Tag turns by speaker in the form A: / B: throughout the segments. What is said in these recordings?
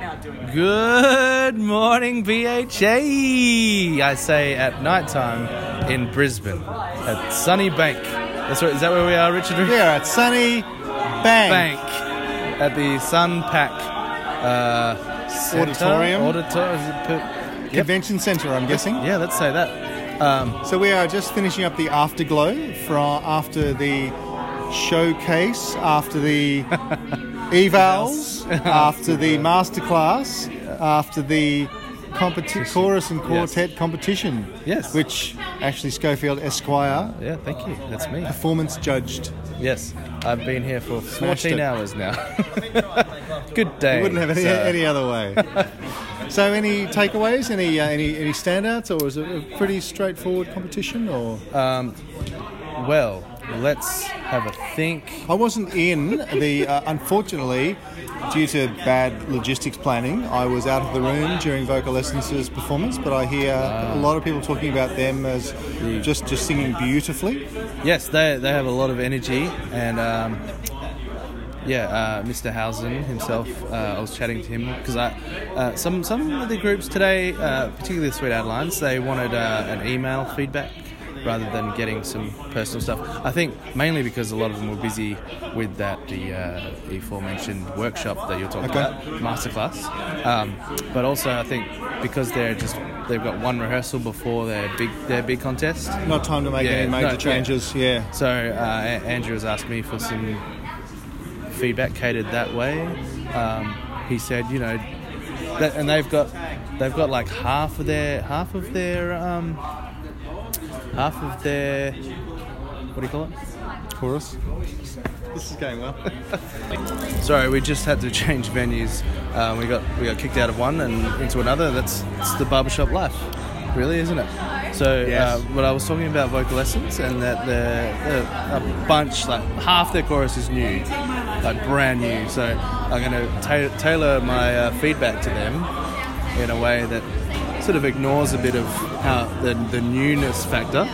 A: not doing it.
B: Good morning, BHA, I say at nighttime in Brisbane at Sunny Bank. That's right, is that where we are, Richard?
C: We are at Sunny Bank.
B: Bank at the Sun Pack uh, Centre-
C: Auditorium.
B: Auditor- is it per- Yep.
C: Convention Centre, I'm guessing.
B: Yeah, let's say that. Um,
C: So we are just finishing up the afterglow from after the showcase, after the evals, after the masterclass, after the competi- chorus and quartet competition.
B: Yes.
C: Which actually Schofield Esquire
B: yeah, thank you. That's me.
C: performance judged.
B: Yes, I've been here for
C: Smashed
B: 14
C: it.
B: hours now. Good day.
C: You wouldn't have any,
B: sir.
C: any other way. so any takeaways? Any uh, any any standouts, or was it a pretty straightforward competition? Or
B: Well, let's have a think.
C: I wasn't in the. Uh, unfortunately, due to bad logistics planning, I was out of the room during Vocal Essence's performance. But I hear a lot of people talking about them as just just singing beautifully.
B: Yes, they, they have a lot of energy, and um, yeah, uh, Mr. Hausen himself. Uh, I was chatting to him because I uh, some some of the groups today, uh, particularly the Sweet Adelines, they wanted uh, an email feedback rather than getting some personal stuff. I think mainly because a lot of them were busy with that the, uh, the aforementioned workshop that you're talking
C: Okay.
B: about, masterclass. Um, but also, I think because they're just they've got one rehearsal before their big their big contest.
C: Not time to make
B: Yeah,
C: any major
B: no, yeah.
C: changes. Yeah.
B: So uh, A- Andrew has asked me for some feedback catered that way. Um, he said, you know, that, and they've got they've got like half of their half of their um, half of their what do you call it?
C: Chorus. This is going well.
B: Sorry, we just had to change venues. Um, we got we got kicked out of one and into another. That's it's the barbershop life, really, isn't it? So,
C: Yes.
B: uh, what I was talking about vocal lessons and that the, the a bunch like half their chorus is new, like brand new. So I'm going to ta- tailor my uh, feedback to them in a way that sort of ignores a bit of how the, the newness factor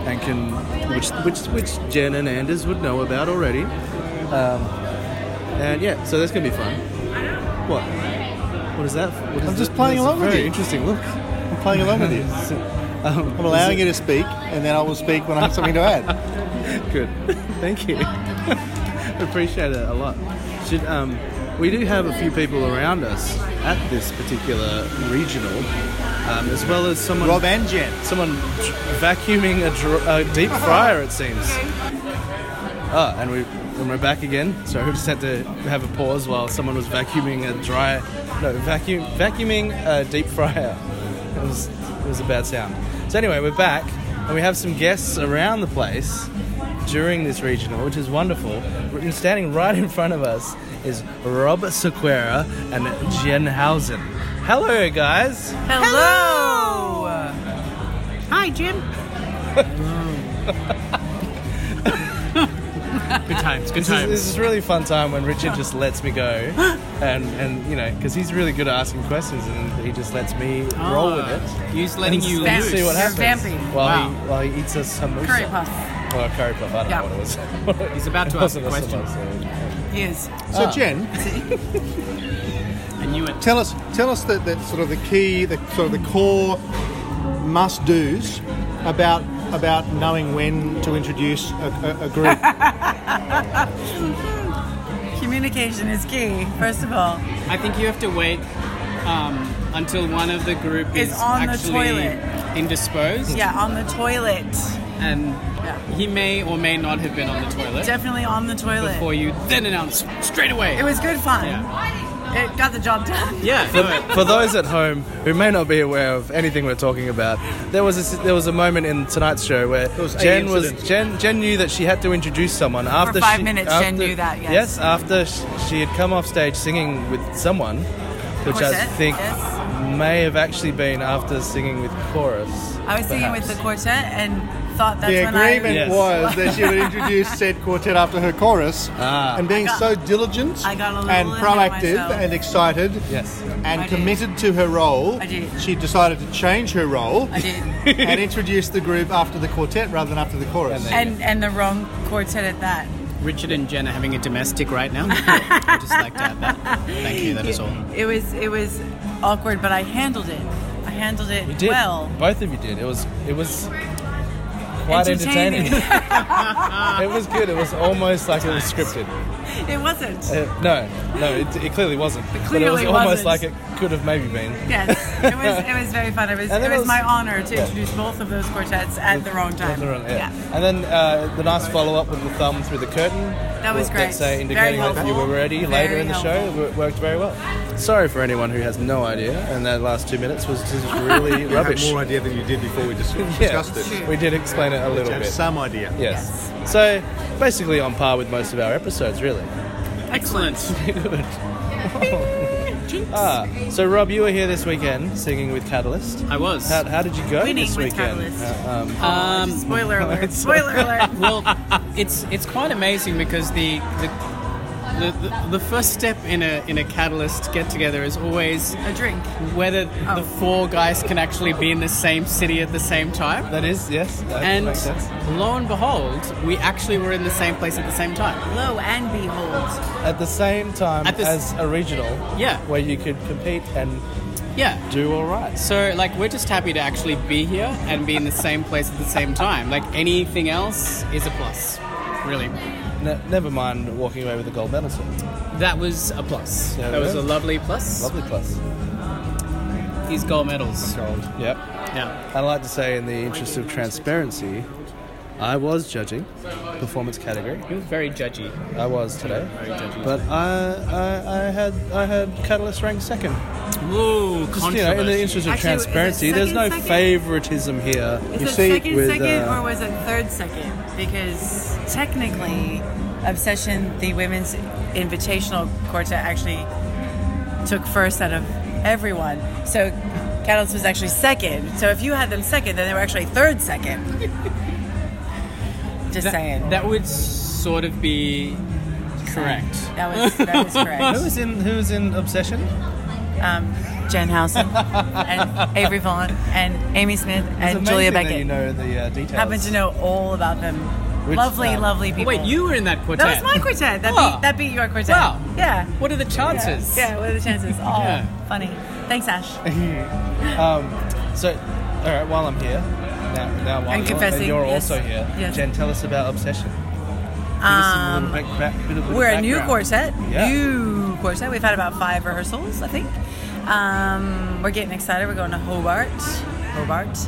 B: and can which which which Jen and Anders would know about already. And yeah, so that's gonna be fun. What? What is that? What is
C: I'm just
B: that?
C: playing
B: That's
C: along with
B: very
C: you.
B: Interesting. Look.
C: I'm playing along with you.
B: Um,
C: I'm allowing you to speak, and then I will speak when I have something to add.
B: Good. Thank you. Appreciate it a lot. Should um, we do have a few people around us at this particular regional, um, as well as someone
C: Rob and Jen.
B: someone vacuuming a, dr- a deep fryer. It seems. Ah, and we and we're back again. So we just had to have a pause while someone was vacuuming a dry, no vacuum vacuuming a deep fryer. It was it was a bad sound. So anyway, we're back and we have some guests around the place during this regional, which is wonderful. And Standing right in front of us is Rob Sequeira and Jen Hausen. Hello, guys.
D: Hello. Hi, Jim.
E: Good times, good
B: This is, this
E: times.
B: is a really fun time when Richard just lets me go, and and you know because he's really good at asking questions and he just lets me roll with it.
E: He's letting Ah. you
D: Vamp.
E: loose.
B: See what
D: You're
B: happens
D: vamping.
B: while
E: Wow.
B: he while he eats a samosa
D: Curry puff.
B: or a curry puff. I don't
D: Yeah.
B: know what it was.
E: He's about to
B: It wasn't
E: ask a question.
B: samosa.
D: Yes.
C: So Jen,
E: I knew it.
C: tell us tell us that, that sort of the key, the sort of the core must dos about about knowing when to introduce a, a, a group.
D: Communication is key, first of all.
E: I think you have to wait um, until one of the group
D: Is
E: is
D: on the
E: actually
D: toilet.
E: indisposed,
D: Yeah, on the toilet.
E: and
D: Yeah.
E: he may or may not have been on the toilet
D: Definitely on the
E: before
D: toilet.
E: you then announce straight away.
D: It was good fun.
E: Yeah.
D: It got the job done.
E: yeah, no,
B: For those at home who may not be aware of anything we're talking about, there was a, s- there was a moment in tonight's show where
C: was a
B: Jen was
C: incident.
B: Jen Jen knew that she had to introduce someone after
D: five
B: she,
D: minutes, Jen knew that, yes.
B: after sh- she had come off stage singing with someone, which I
D: Quartet,
B: think
D: yes. Uh,
B: may have actually been after singing with chorus.
D: I was singing with the
B: perhaps.
D: quartet and thought that's
C: the
D: when I.
C: agreement
B: Yes.
C: was that she would introduce said quartet after her chorus,
B: Ah.
C: and being
D: got-
C: so diligent
D: I got a little
C: and
D: ahead of
C: proactive
D: myself.
C: and excited
B: Yes.
C: and
D: I did.
C: committed to her role,
D: I did.
C: she decided to change her role
D: I did.
C: and introduce the group after the quartet rather than after the chorus.
B: And then-
D: and and the wrong quartet at that.
E: Richard and Jen are having a domestic right now. I'd just like to have that. Thank you, that is all.
D: It was it was awkward, but I handled it. I handled it
B: You did.
D: well.
B: Both of you did. It was it was quite entertaining.
D: Entertaining.
B: it was good. It was almost like it was scripted.
D: it wasn't.
B: Uh, no, no, it, it clearly wasn't.
D: It
B: but it was
D: clearly
B: almost
D: wasn't.
B: like it could have maybe been.
D: yes, it was. It was very fun. It was.
B: And
D: It
B: then
D: was,
B: it was-
D: my honor to introduce both of those quartets at the wrong time.
B: At the wrong- yeah.
D: yeah.
B: And then uh, the nice follow up with the thumb through the curtain.
D: That was great.
B: That's, uh,
D: Very
B: indicating that you
D: helpful.
B: were ready later
D: Very
B: in the show.
D: helpful.
B: It wo- worked very well. Sorry for anyone who has no idea, and that last two minutes was just really
C: You have
B: rubbish.
C: more idea than you did before we dis- discussed
D: That's
C: it.
D: true.
B: We did explain it a
C: You
B: little
C: have
B: bit.
C: some idea.
B: Yes. So basically on par with most of our episodes, really.
E: Excellent.
B: Good. ah, so Rob, you were here this weekend singing with Catalyst.
E: I was.
B: How, how did you go
D: Winning
B: this
D: with
B: weekend?
D: Catalyst.
B: Uh, um,
E: Um,
D: Spoiler alert!
B: It's-
D: Spoiler alert!
E: well, it's it's quite amazing because the the, the the first step in a in a catalyst get together is always
D: A drink.
E: whether
B: Oh.
E: the four guys can actually be in the same city at the same time.
B: that is yes. That
E: And
B: makes sense.
E: lo and behold, we actually were in the same place at the same time.
D: Lo and behold,
B: At the same time
E: At the
B: as
E: s-
B: a regional,
E: Yeah.
B: where you could compete and
E: Yeah.
B: do all right.
E: So like we're just happy to actually be here and be in the same place at the same time. Like anything else is a plus. Really.
B: Ne- never mind walking away with a gold medal. Sir.
E: That was a plus.
B: Yeah,
E: that
B: it
E: was a
B: is.
E: lovely plus.
B: Lovely plus.
E: These gold medals. Gold.
B: Yep.
E: Yeah.
B: I'd like to say, in the interest of transparency, I was judging performance category.
E: He was very judgy.
B: I was today,
E: Very judgy.
B: but I, I, I had I had Catalyst ranked second.
E: Ooh,
B: Just, you know, in the interest of
D: Actually, is it
B: transparency, there's no
D: second, second?
B: favoritism here.
D: is
B: you
D: it
B: see,
D: second
B: with
D: second
B: uh,
D: or was it third second? Because technically, Obsession, the women's invitational quartet, actually took first out of everyone. So Catalyst was actually second. So if you had them second, then they were actually third second. Just saying.
E: that, that would sort of be correct.
D: That was that was
B: who
D: correct.
B: was in who was in Obsession?
D: Jen Housen and Avery Vaughn and Amy Smith and
B: It's
D: Julia
B: amazing
D: Beckett.
B: That you know the uh, details.
D: Happen to know all about them.
B: Which,
D: lovely,
B: um,
D: lovely
E: Oh,
D: people.
E: wait, you were in that quartet.
D: That was my quartet. That,
E: Oh.
D: beat, that beat your quartet.
E: Wow.
D: Yeah.
E: What are the
D: Yeah.
E: chances?
D: Yeah, what are the chances? Oh,
E: Yeah.
D: funny. Thanks, Ash.
B: Um, So, all right, while I'm here, now, now while
D: I'm
B: you're,
D: confessing,
B: and you're
D: yes,
B: also here,
D: yes. Um,
B: Jen, tell us about Obsession. Give us a little back, back, bit of little
D: We're a new
B: background.
D: quartet.
B: Yeah.
D: New quartet. We've had about five rehearsals, I think. Um, we're getting excited. We're going to Hobart. Hobart.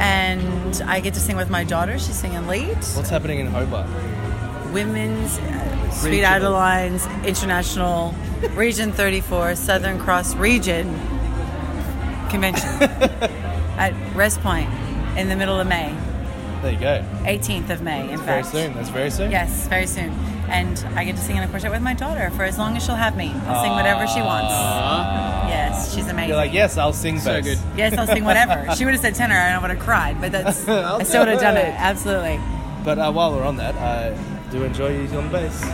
D: And I get to sing with my daughter. She's singing lead.
B: What's happening in Hobart?
D: Women's uh, Sweet
B: Regional.
D: Idol Lines International Region 34 Southern Cross Region Convention at Rest Point in the middle of May,
B: There you go.
D: 18th of May, in
B: Very
D: fact.
B: soon. That's very soon.
D: Yes, very soon. And I get to sing in a quartet with my daughter for as long as she'll have me. I'll sing whatever she wants.
E: Aw,
D: Yes, she's amazing.
B: You're like, yes, I'll sing
E: so
B: bass.
E: good.
D: Yes, I'll sing whatever. she would have said tenor, and I would have cried, but that's
B: I'll
D: I still would have done
B: do
D: it.
B: it.
D: Absolutely.
B: But uh, while we're on that, I do enjoy you on bass.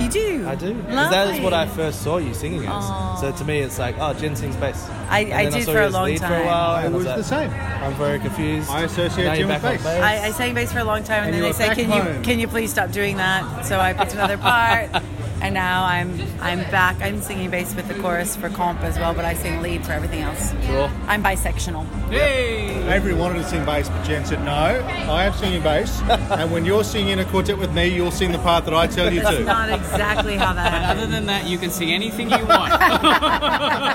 D: You do.
B: I do. Because that is what I
D: Lovely.
B: first saw you singing as. So to me, it's like, oh, Jen sings bass.
D: I-
B: And
D: I
B: then
D: did
B: saw
D: for
B: you
D: a
B: as
D: long
B: lead for a
D: time.
B: while.
C: I
B: and
C: was
B: I
C: the
B: was
C: same.
B: like, I'm very confused.
C: I associate
B: now
C: you
B: you're
C: with
B: back on
C: bass.
B: bass.
D: I, I sang bass for a long time,
C: And
D: and, then they
C: you're
D: say, "Can you
C: backbone.
D: can you please stop doing that?" So I picked another part, and now I'm I'm back. I'm singing bass with the chorus for comp as well, but I sing lead for everything else.
B: Cool.
D: I'm bisectional.
E: Hey!
C: Avery wanted to sing bass, but Jen said, No, I am singing bass. and when you're singing a quartet with me, you'll sing the part that I tell you
D: That's
C: to.
D: not exactly how that
E: Other
D: happened.
E: than that, you can sing anything you want.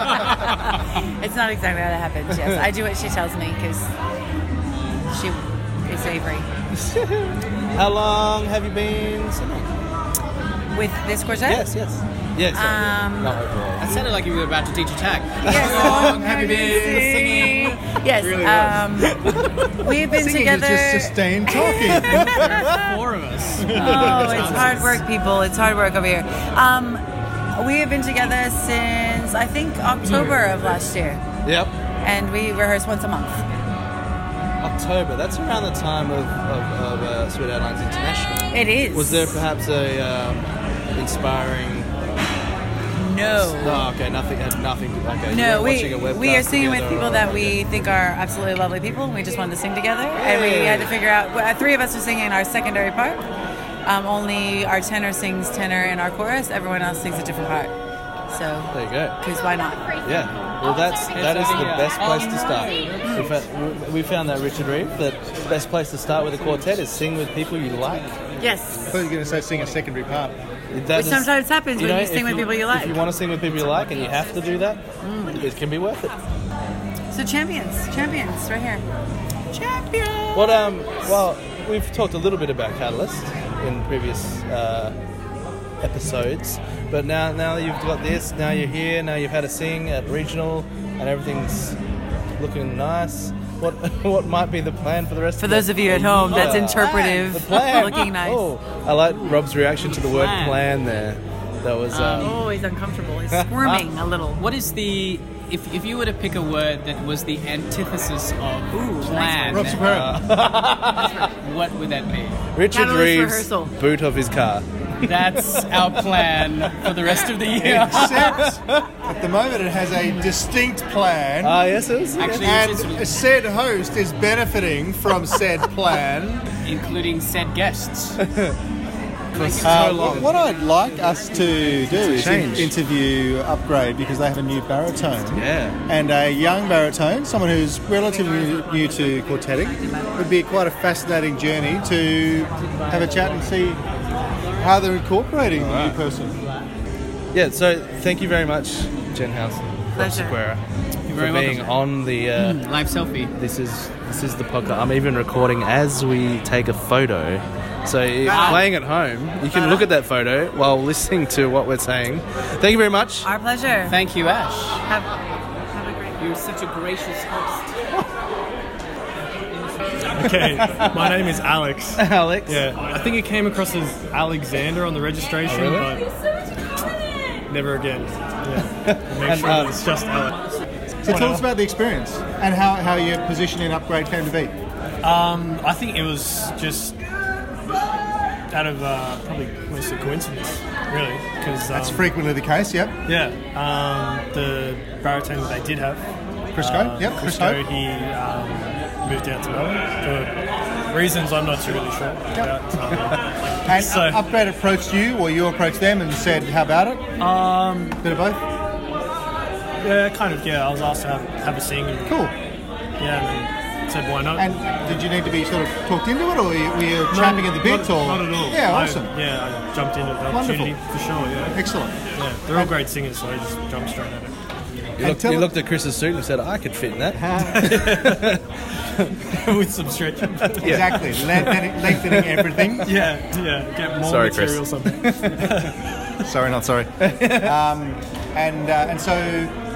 D: It's not exactly how that happened. Yes, I do what she tells me because she is Avery.
B: How long have you been singing?
D: Eh? With this quartet,
B: Yes, yes. Yes. Um, not overall.
E: that sounded like you were about to teach a tag.
D: Yes.
E: Song, happy days, singing.
D: Yes,
C: Really
D: um, we've been
C: Singing
D: together.
C: is just sustained talking.
E: Four of
D: Oh,
E: us.
D: it's hard work, people. It's hard work over here. Um, we have been together since I think October of last year,
B: Yep.
D: and we rehearse once a month.
B: October. That's around the time of, of, of uh, Sweet Airlines International.
D: It is.
B: Was there perhaps a um, inspiring?
D: no?
B: No. Okay. Nothing. Had nothing. To, okay. you
D: Oh.
B: weren't
D: No, we
B: watching a webcast
D: we are singing with
B: together
D: people
B: or-
D: that we think are absolutely lovely people. and We just wanted to sing together, and we
B: Yay.
D: had to figure out. well, Three of us are singing our secondary part, Um, only our tenor sings tenor and our chorus. Everyone else sings a different part. So,
B: There you go.
D: because why not?
B: Yeah. Well, that's that is the best place to start. In fact, we found that Richard Reeve that best place to start with a quartet is sing with people you like.
D: Yes.
C: thought you were going to say sing a secondary part.
B: That
D: Which
B: is-
D: sometimes happens when you sing with people you like.
B: If
D: Mm.
B: you want to sing with people you like and you have to do that, it can be worth it.
D: So champions, champions, right here. Champions.
B: What um? Well, we've talked a little bit about Catalyst in previous uh, episodes, but now now that you've got this, now you're here, now you've had a sing at regional, and everything's looking nice. What what might be the plan for the rest?
D: For
B: of the- Mm.
D: those of you at home, that's
B: Yeah.
D: interpretive.
B: The plan.
D: Looking nice.
B: Oh, I like Rob's reaction to the word
E: Plan.
B: plan there. That was um,
D: Oh, he's uncomfortable. He's squirming a little.
E: What is the if, if you were to pick a word that was the antithesis of plan,
C: Rob
D: Um,
B: uh,
C: Soprano.
E: what would that be?
B: Richard
D: Catalyst
B: Reeves'
D: rehearsal.
B: boot of his car.
E: That's our plan for the rest of the year.
C: Except at the moment it has a distinct plan.
B: Ah, yes, it was.
E: Actually, it's
C: and said host is benefiting from said plan.
E: including said guests.
B: Uh,
F: What- What I'd like us to do is in-
B: change.
F: interview Upgrade because they have a new baritone.
B: Yeah.
F: And a young baritone, someone who's relatively new to quartetic, would be quite a fascinating journey to have a chat and see how they're incorporating the new person.
B: Yeah, so thank you very much, Jen House.
D: Pleasure.
B: You're
E: very
B: for being on the. Uh,
E: Live selfie.
B: This is this is the podcast. I'm even recording as we take a photo. So if playing at home, you can look at that photo while listening to what we're saying. Thank you very much.
D: Our pleasure.
E: Thank you, Ash.
D: Have, have a great.
E: You're such a gracious host.
G: Okay, my name is Alex.
B: Alex.
G: Yeah, I think it came across as Alexander on the registration,
B: Oh, really?
G: but never again. Yeah, make
B: And,
G: sure
B: um,
G: that it's just Alex.
C: So tell us about the experience and how, how your position in Upgrade came to be.
G: Um, I think it was just out of uh, probably almost a coincidence, really, because
C: That's frequently the case, yep.
G: Yeah, um, the baritone that they did have,
C: Crisco, yep,
G: Chris
C: Crisco.
G: Code, he um, moved out to Melbourne for reasons I'm not too really sure. About, um,
C: And
G: So-
B: uh,
C: Upgrade approached you, or you approached them, and said, "How about it?"
G: um,
C: Bit of both.
G: Yeah, kind of. Yeah, I was asked to have, have a sing. And,
C: Cool.
G: Yeah, and then said why not.
C: And did you need to be sort of talked into it, or were you, were you champing at the bit?
G: not,
C: or
G: Not at all.
C: Yeah,
G: I-
C: awesome.
G: Yeah, I jumped into the opportunity for sure. Yeah.
C: Excellent.
G: yeah, they're all great singers, so I just jumped straight at it.
B: You,
C: And
B: looked,
C: tell
B: you
C: us-
B: looked at Chris's suit and said, "I could fit in that."
G: With some stretching.
C: Exactly. Lengthening, lengthening everything.
G: yeah, yeah. Get more
B: Sorry, Chris.
G: material something.
C: sorry, not sorry. um, and uh, and so,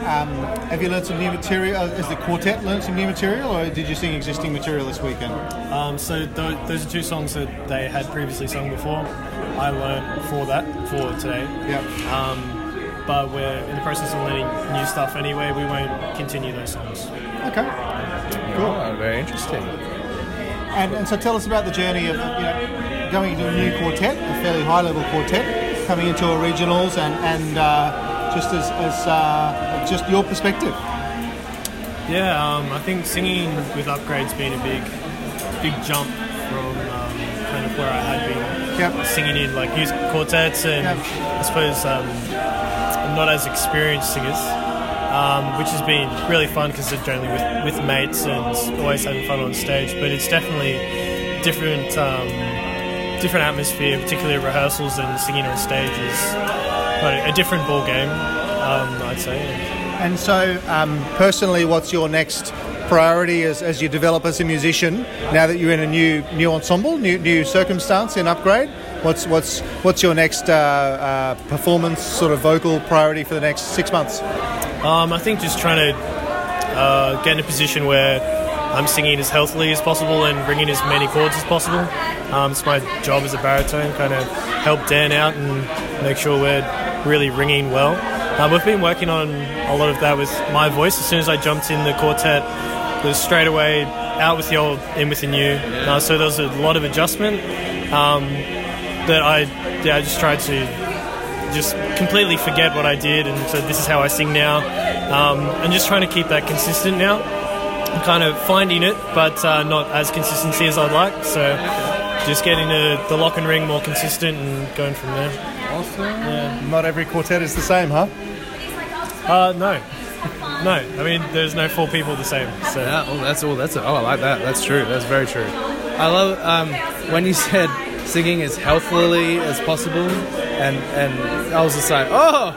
C: um, have you learned some new material? Has the quartet learned some new material, or did you sing existing material this weekend?
G: Um, so th- those are two songs that they had previously sung before. I learned for that for today.
C: Yeah.
G: Um, but we're in the process of learning new stuff anyway. We won't continue those songs.
C: Okay.
B: Oh, very interesting.
C: And, and so, tell us about the journey of you know, going into a new quartet, a fairly high level quartet, coming into a regionals, and and uh, just as, as uh, just your perspective.
G: Yeah, um, I think singing with upgrades been a big, big jump from um, kind of where I had been
C: Yep.
G: singing in like youth quartets and
C: Yep.
G: I suppose um, I'm not as experienced singers, um, which has been really fun because they're generally with, with mates and always having fun on stage. But it's definitely different, um, different atmosphere, particularly rehearsals and singing on stage is quite a, a different ball game, um, I'd say.
C: And so, um, personally, what's your next priority as, as you develop as a musician now that you're in a new new ensemble, new new circumstance in upgrade? What's what's what's your next uh, uh, performance sort of vocal priority for the next six months?
G: Um, I think just trying to uh, get in a position where I'm singing as healthily as possible and bringing as many chords as possible. Um, it's my job as a baritone, kind of help Dan out and make sure we're really ringing well. Um, we've been working on a lot of that with my voice. As soon as I jumped in the quartet, it was straight away out with the old, in with the new. Uh, so there was a lot of adjustment um, that I, yeah, I just tried to just completely forget what I did, and so this is how I sing now. Um, and just trying to keep that consistent now. I'm kind of finding it, but uh, not as consistency as I'd like. So just getting the, the lock and ring more consistent and going from there.
C: Not every quartet is the same, huh?
G: Uh, no. No, I mean, there's no four people the same. So
B: Yeah, oh, that's all. that's oh, I like that. That's true. That's very true. I love um, when you said singing as healthily as possible, and and I was just like, oh,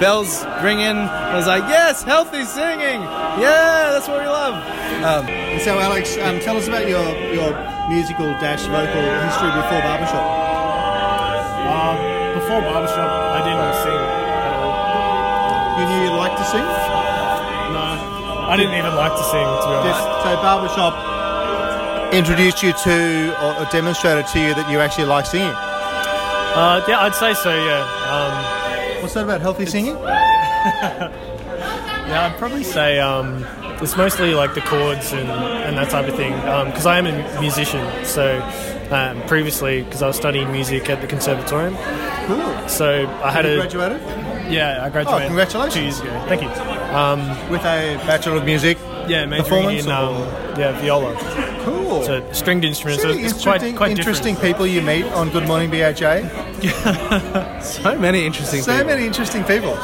B: bells ringing. I was like, yes, healthy singing. Yeah, that's what we love. Um,
C: So, Alex, um, tell us about your, your musical dash vocal history before barbershop.
G: um, before barbershop, I didn't sing at all.
C: You knew you liked to sing?
G: No, I didn't even like to sing to be honest.
C: So, barbershop introduced you to or, or demonstrated to you that you actually like singing.
G: Uh, yeah, I'd say so. Yeah,
C: What's that about healthy singing?
G: um, yeah, I'd probably say um, it's mostly like the chords and, and that type of thing. Because I am a musician, so um, previously, because I was studying music at the conservatorium,
C: Cool.
G: so I had
C: You
G: a
C: graduated
G: yeah, I graduated.
C: Oh, congratulations.
G: Two years ago. Thank you. Um,
C: with a Bachelor of Music.
G: yeah, majoring
C: Performance
G: in um, yeah viola,
C: Cool.
G: so stringed instruments.
C: It's
G: So
C: really
G: it's quite
C: interesting,
G: quite
C: interesting
G: different.
C: people you meet on Good Morning BHA.
B: so many interesting.
C: So
B: people.
C: many interesting people.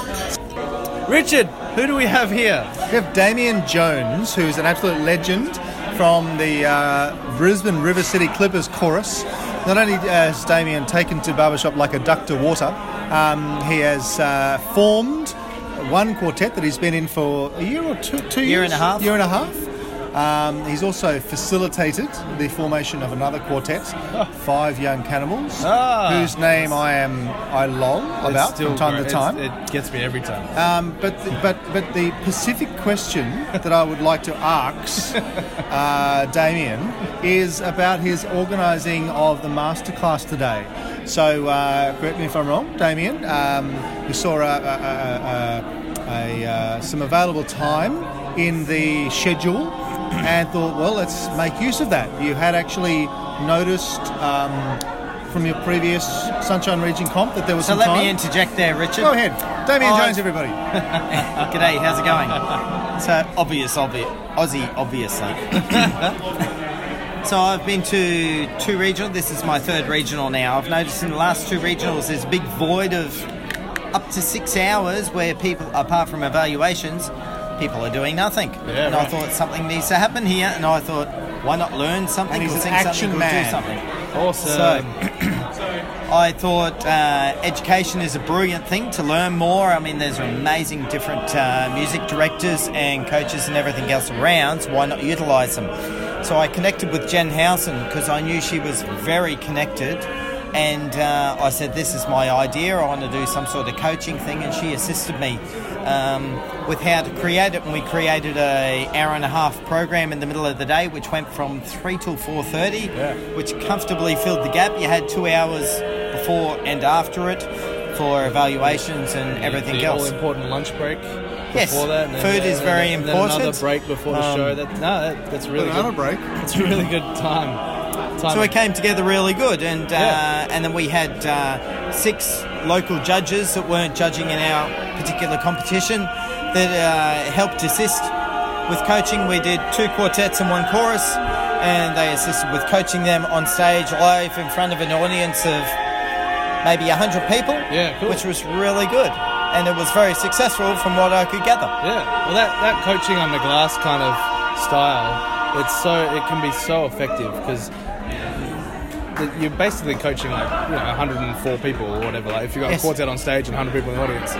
B: Richard, who do we have here?
C: We have Damien Jones, who's an absolute legend from the uh, Brisbane River City Clippers chorus. Not only uh, has Damien taken to barbershop like a duck to water, um, he has uh, formed one quartet that he's been in for a year or two, two
H: Year
C: years?
H: and a half.
C: Year and a half. Um, he's also facilitated the formation of another quartet, Five Young Cannibals,
B: Ah.
C: whose name I am I lol about from time to time.
B: It gets me every time.
C: Um, but, the, but, but the specific question that I would like to ask uh, Damien is about his organising of the masterclass today. So, uh, correct me if I'm wrong, Damien. Um, we saw a, a, a, a, a, uh, some available time in the schedule and thought, well, let's make use of that. You had actually noticed. Um, from your previous Sunshine Region comp, that there was
H: So
C: some
H: let
C: time.
H: me Oh, interject there, Richard.
C: Go ahead, Damien
H: I-
C: Jones, everybody.
H: G'day, how's it going? So obvious, obvious, Aussie, obviously. so I've been to two regional. This is my third regional now. I've noticed in the last two regionals, there's a big void of up to six hours where people, apart from evaluations, people are doing nothing. and I thought something needs to happen here, and I thought, why not learn something
C: And he's
H: or
C: an
H: sing
C: action
H: something or
C: man.
H: do something?
B: Awesome.
H: So, I thought uh, education is a brilliant thing to learn more. I mean, there's amazing different uh, music directors and coaches and everything else around. So why not utilize them? So I connected with Jen Housen because I knew she was very connected. And uh, I said, This is my idea. I want to do some sort of coaching thing. And she assisted me um, with how to create it. And we created a hour and a half program in the middle of the day, which went from 3 till 4.30, which comfortably filled the gap. You had two hours before and after it for evaluations and everything
B: the
H: else.
B: all-important lunch break.
H: Yes,
B: before that, and then-
H: food
B: and
H: is
B: then-
H: very
B: and Then
H: important.
B: another break before the
H: Um,
B: show. That, no, that, that's really
C: Banana
B: good.
C: break.
B: It's a really good time. time
H: So it came together really good, and uh,
B: Yeah.
H: and then we had uh, six local judges that weren't judging in our particular competition that uh, helped assist with coaching. We did two quartets and one chorus, and they assisted with coaching them on stage live in front of an audience of maybe hundred people.
B: Yeah, cool.
H: which was really good, and it was very successful from what I could gather.
B: Yeah. Well, that, that coaching on the glass kind of style, it's so it can be so effective because you're basically coaching like you know 104 people or whatever. Like if you've got
H: Yes.
B: a quartet on stage and 100 people in the audience,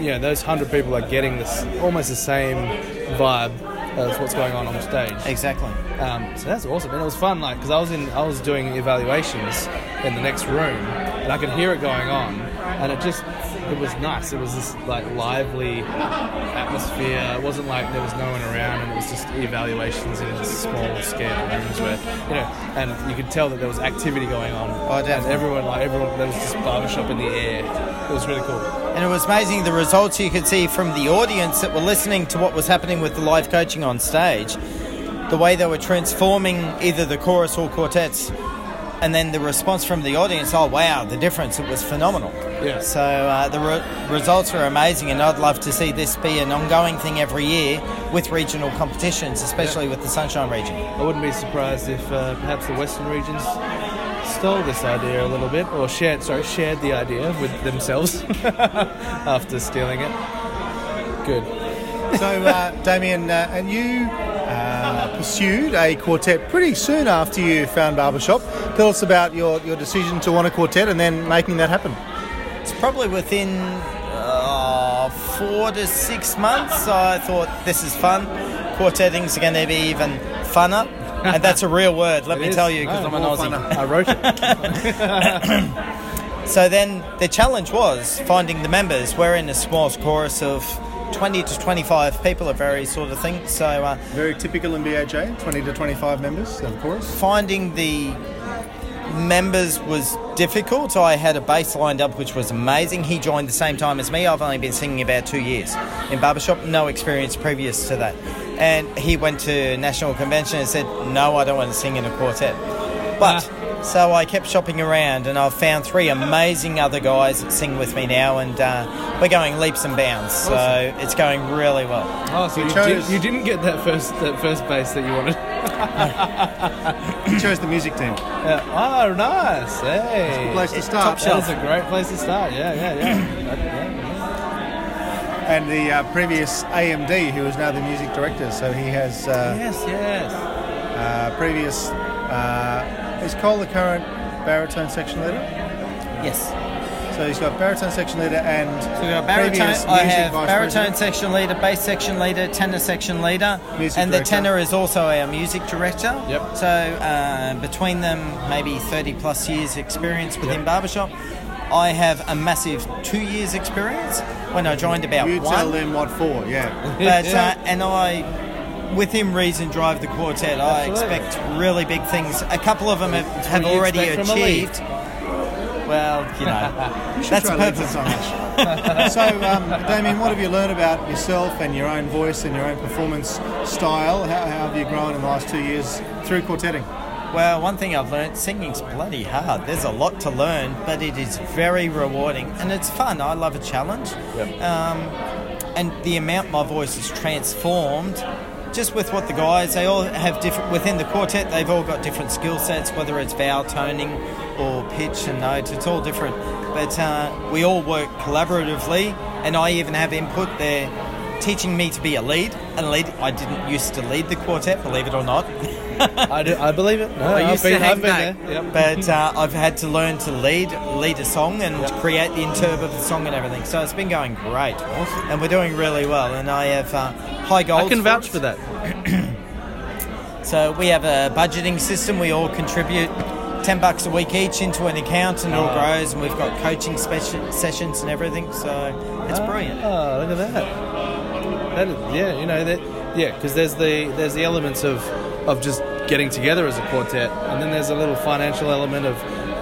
B: yeah, those 100 people are getting this almost the same vibe as what's going on on stage.
H: Exactly.
B: Um, so that's awesome, and it was fun. Like, because I was in, I was doing evaluations in the next room, and I could hear it going on, and it just, it was nice. It was this like lively atmosphere. It wasn't like there was no one around, and it was just evaluations in just small scale rooms where, you know, and you could tell that there was activity going on.
H: Oh,
B: and
H: definitely.
B: everyone, like everyone, there was this barbershop in the air. It was really cool.
H: And it was amazing the results you could see from the audience that were listening to what was happening with the live coaching on stage. The way they were transforming either the chorus or quartets, and then the response from the audience oh, wow, the difference, it was phenomenal.
B: Yeah.
H: So uh, the re- results were amazing, and I'd love to see this be an ongoing thing every year with regional competitions, especially with the Sunshine region.
B: I wouldn't be surprised if uh, perhaps the Western regions stole this idea a little bit, or shared, sorry, shared the idea with themselves after stealing it. Good.
C: So, uh, Damien, uh, and you uh, pursued a quartet pretty soon after you found Barbershop. Tell us about your, your decision to want a quartet and then making that happen.
H: It's probably within uh, four to six months. I thought this is fun. Quartetting's going to be even funner, and that's a real word. Let
B: It
H: me
B: is.
H: tell you because
B: No,
H: I'm an
B: more
H: Aussie.
B: fun. I wrote it.
H: So then the challenge was finding the members. We're in a small chorus of 20 to 25 people, a very sort of thing. So uh,
C: Very typical in BAJ, 20 to 25 members, of course.
H: finding the members was difficult. I had a bass lined up, which was amazing. He joined the same time as me. I've only been singing about two years in barbershop, no experience previous to that. And he went to national convention and said, "No, I don't want to sing in a quartet." But
B: Ah.
H: so I kept shopping around, and I've found three amazing other guys that sing with me now, and uh, we're going leaps and bounds. So it's going really well.
B: Oh, so you,
C: chose-
B: did, you didn't get that first that first bass that you wanted.
C: You chose the music team.
B: Yeah. Oh, nice. Hey.
C: Place to start.
B: That was a great place to start. Yeah, yeah, yeah. That- yeah.
C: And the uh, previous AMD, who is now the music director, so he has uh,
B: Yes, yes.
C: uh, previous. Uh, is Cole the current baritone section leader?
H: Yes.
C: So he's got baritone section leader and
H: So we've got
C: previous
H: baritone. I
C: music
H: have
C: vice
H: baritone
C: president.
H: section leader, bass section leader, tenor section leader,
C: Music
H: and
C: director.
H: the tenor is also our music director.
B: Yep.
H: So uh, between them, maybe thirty plus years experience within barbershop. I have a massive two years experience. When I joined, about
C: You
H: one
C: tell them what for, yeah.
H: but uh, and I, within reason, drive the quartet. I
B: Absolutely.
H: expect really big things. A couple of them have, have
B: what you
H: already
B: expect from a lead.
H: achieved. Well, you know, that's
C: Try
H: purpose.
C: leads and so much. so, um, Damien, what have you learned about yourself and your own voice and your own performance style? How, how have you grown in the last two years through quartetting?
H: Well, one thing I've learned, singing's bloody hard. There's a lot to learn, but it is very rewarding and it's fun. I love a challenge. Um, and the amount my voice is transformed just with what the guys, they all have different, within the quartet, they've all got different skill sets, whether it's vowel toning or pitch and note, it's all different. But uh, we all work collaboratively and I even have input there teaching me to be a lead. And lead, I didn't used to lead the quartet, believe it or not.
B: I, do, I believe it. No,
E: I
B: I've
E: used to
B: been,
E: hang
B: I've been
E: back.
B: there. Yep.
H: but uh, I've had to learn to lead lead a song and create the interb of the song and everything. So it's been going great, and we're doing really well. And I have uh, high goals.
B: I can vouch
H: it.
B: for that.
H: So we have a budgeting system. We all contribute ten bucks a week each into an account, and it
B: Ah.
H: all grows. And we've got coaching speci- sessions and everything. So it's brilliant.
B: Oh, look at that. That is, yeah, you know that. Yeah, because there's the there's the elements of of just getting together as a quartet, and then there's a little financial element of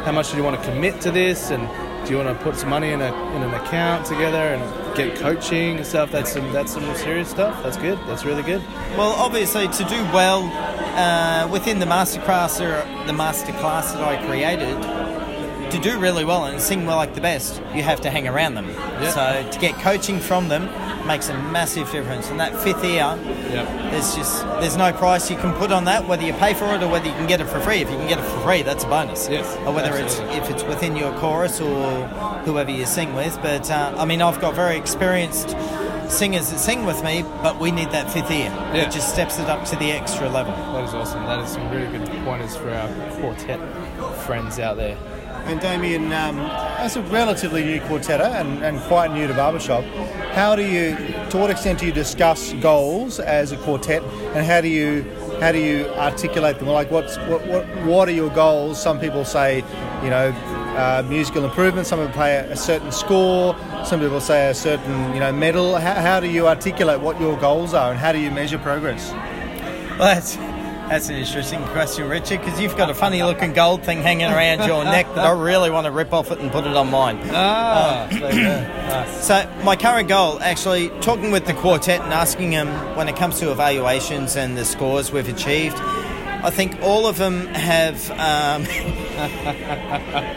B: how much do you want to commit to this, and do you want to put some money in a in an account together and get coaching and stuff. That's some that's some serious stuff. That's good. That's really good.
H: Well, obviously, to do well uh, within the masterclass or the masterclass that I created, to do really well and sing well like the best, you have to hang around them. So to get coaching from them makes a massive difference. And that fifth ear,
B: Yeah.
H: there's just there's no price you can put on that, whether you pay for it or whether you can get it for free. If you can get it for free, that's a bonus.
B: Yes,
H: Or whether
B: absolutely.
H: it's if it's within your chorus or whoever you sing with. But uh, I mean, I've got very experienced singers that sing with me, but we need that fifth ear.
B: Yeah.
H: It just steps it up to the extra level.
B: That is awesome. That is some really good pointers for our quartet friends out there.
C: And Damien, um, as a relatively new quartetter and, and quite new to barbershop, how do you, to what extent do you discuss goals as a quartet, and how do you, how do you articulate them? Like, what's what, what, what are your goals? Some people say, you know, uh, musical improvement. Some people play a, a certain score. Some people say a certain, you know, medal. How, how do you articulate what your goals are, and how do you measure progress?
H: Well, that's that's an interesting question, Richard, because you've got a funny looking gold thing hanging around your neck that I really want to rip off it and put it on mine. Um,
B: Ah,
H: So my current goal, actually, talking with the quartet and asking them when it comes to evaluations and the scores we've achieved, I think all of them have. Um,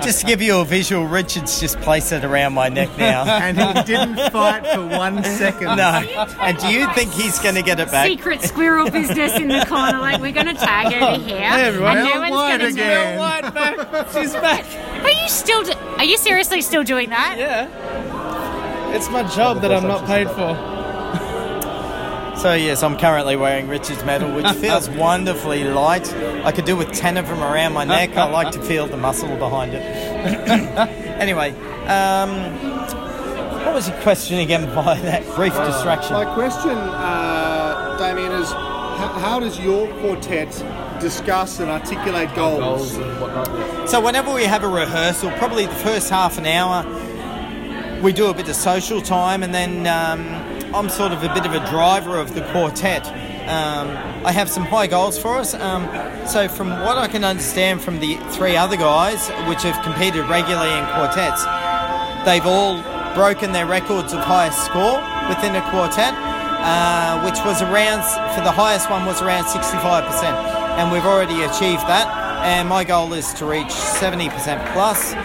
H: just to give you a visual, Richard's just placed it around my neck now.
F: And he didn't fight for one second.
H: No. And do you think he's going to get it back?
I: Secret squirrel business in the corner. Like we're going to tag over here. Hey
B: everyone.
I: and
B: Mel
I: no one's going to
F: again.
B: She's back.
I: Are you still? Do- are you seriously still doing that?
B: Yeah. It's my job that I'm not paid for.
H: So yes, I'm currently wearing Richard's medal, which feels wonderfully light. I could do with ten of them around my neck. I like to feel the muscle behind it. anyway, um, what was your question again by that brief distraction?
F: My question, uh, Damien, is how, how does your quartet discuss and articulate goals?
B: and whatnot.
H: So whenever we have a rehearsal, probably the first half an hour, we do a bit of social time, and then um, I'm sort of a bit of a driver of the quartet. Um, I have some high goals for us. Um, so from what I can understand from the three other guys, which have competed regularly in quartets, they've all broken their records of highest score within a quartet, uh, which was around for the highest one was around 65%, and we've already achieved that. And my goal is to reach 70% plus.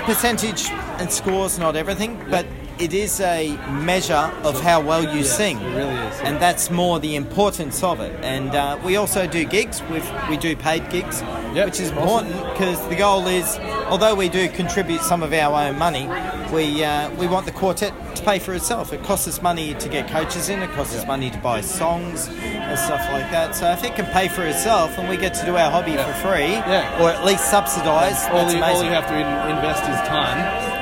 H: Percentage and scores not everything, but it is a measure of how well you sing,
B: it really is, yeah.
H: and that's more the importance of it. And uh, we also do gigs. We we do paid gigs,
B: Yep,
H: which is
B: awesome.
H: important because the goal is, although we do contribute some of our own money, we uh, we want the quartet to pay for itself. It costs us money to get coaches in. It costs us money to buy songs and stuff like that. So if it can pay for itself and we get to do our hobby for free,
B: Yeah.
H: or at least subsidise,
B: All
H: that's
B: you, all
H: amazing.
B: you have to in- invest is time.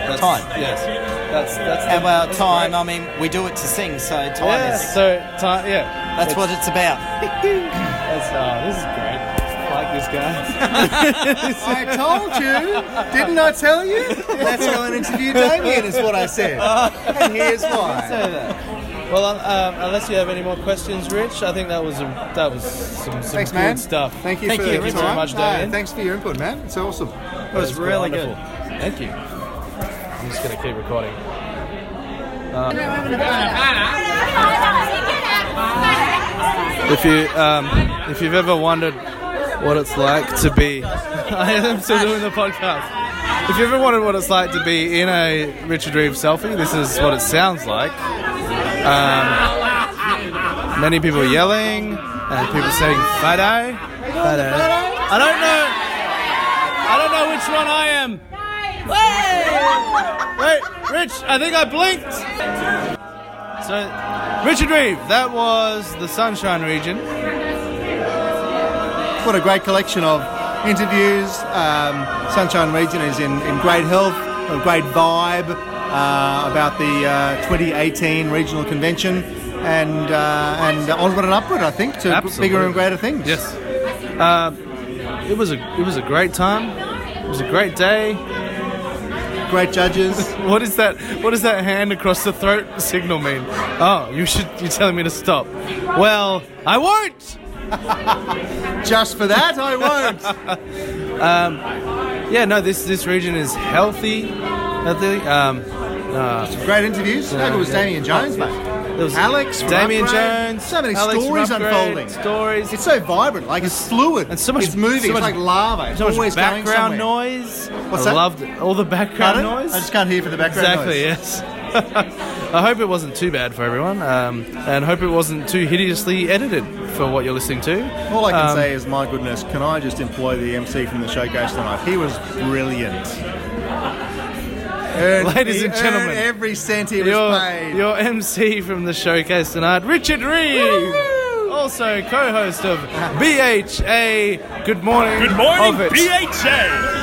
B: That's,
H: Time.
B: Yes. That's that's.
H: and
B: the-
H: our
B: that's
H: time,
B: great.
H: I mean, we do it to sing, so time
B: Yeah.
H: is.
B: So time. Yeah.
H: That's what it's about.
B: That's, oh, this is great. I like this guy.
C: I told you, didn't I tell you? Let's go and interview Damien, is what I said. And here's why.
B: Well, um, unless you have any more questions, Rich, I think that was a, that was some, some
C: Thanks,
B: uh, good
C: man.
B: stuff.
C: Thank you
B: Thank
C: for
B: you
C: your
B: very
C: time.
B: much,
C: Ah,
B: Damien.
C: thanks for your input, man. It's awesome.
B: That was really good. Thank you. I'm just gonna keep recording. If you um, if you've ever wondered what it's like to be, I am still doing the podcast. If you ever wondered what it's like to be in a Richard Reeve selfie, this is what it sounds like. Um, many people yelling and people saying "fat eye, fat eye." I don't know. I don't know which one I am. Wait, Rich, I think I blinked. So, Richard Reeve, that was the Sunshine Region.
C: What a great collection of interviews. Um, Sunshine Region is in, in great health, a great vibe uh, about the uh, 2018 regional convention. And uh, and onward and upward, I think, to
B: Absolutely.
C: bigger and greater things.
B: Yes. Uh, it was a it was a great time. It was a great day.
C: Great judges.
B: What is that? What does that hand across the throat signal mean? Oh, you should. You're telling me to stop. Well, I won't.
C: Just for that, I won't.
B: Yeah, no. This this region is healthy. Healthy. Um, uh,
C: Great interviews. Look, it was
B: yeah.
C: Damien Jones, mate.
B: there was
C: Alex, from
B: Damien
C: Upgrade.
B: Jones.
C: So many
B: Alex from
C: stories
B: Upgrade,
C: unfolding.
B: Stories.
C: It's so vibrant, like it's fluid.
B: and so much-
C: it's moving.
B: so
C: it's
B: much-
C: like lava. It's
B: so much
C: always going
B: background
C: somewhere.
B: noise.
C: What's
B: I
C: that?
B: loved it. all the background
C: Pardon?
B: noise.
C: I just can't hear for the background
B: exactly.
C: noise.
B: Yes. I hope it wasn't too bad for everyone, um, and hope it wasn't too hideously edited for what you're listening to.
C: All I can
B: Um,
C: say is, my goodness, can I just employ the MC from the showcase tonight? He was brilliant. Earned-
B: Ladies
C: he
B: and gentlemen,
C: earned every cent he was
B: Your,
C: paid.
B: your MC from the showcase tonight, Richard Reeve, also co-host of BHA. Good morning.
G: Good morning,
B: of it.
G: BHA.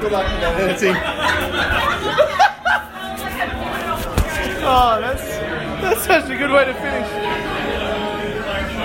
C: Good luck with that editing.
B: Oh, that's that's such a good way to finish.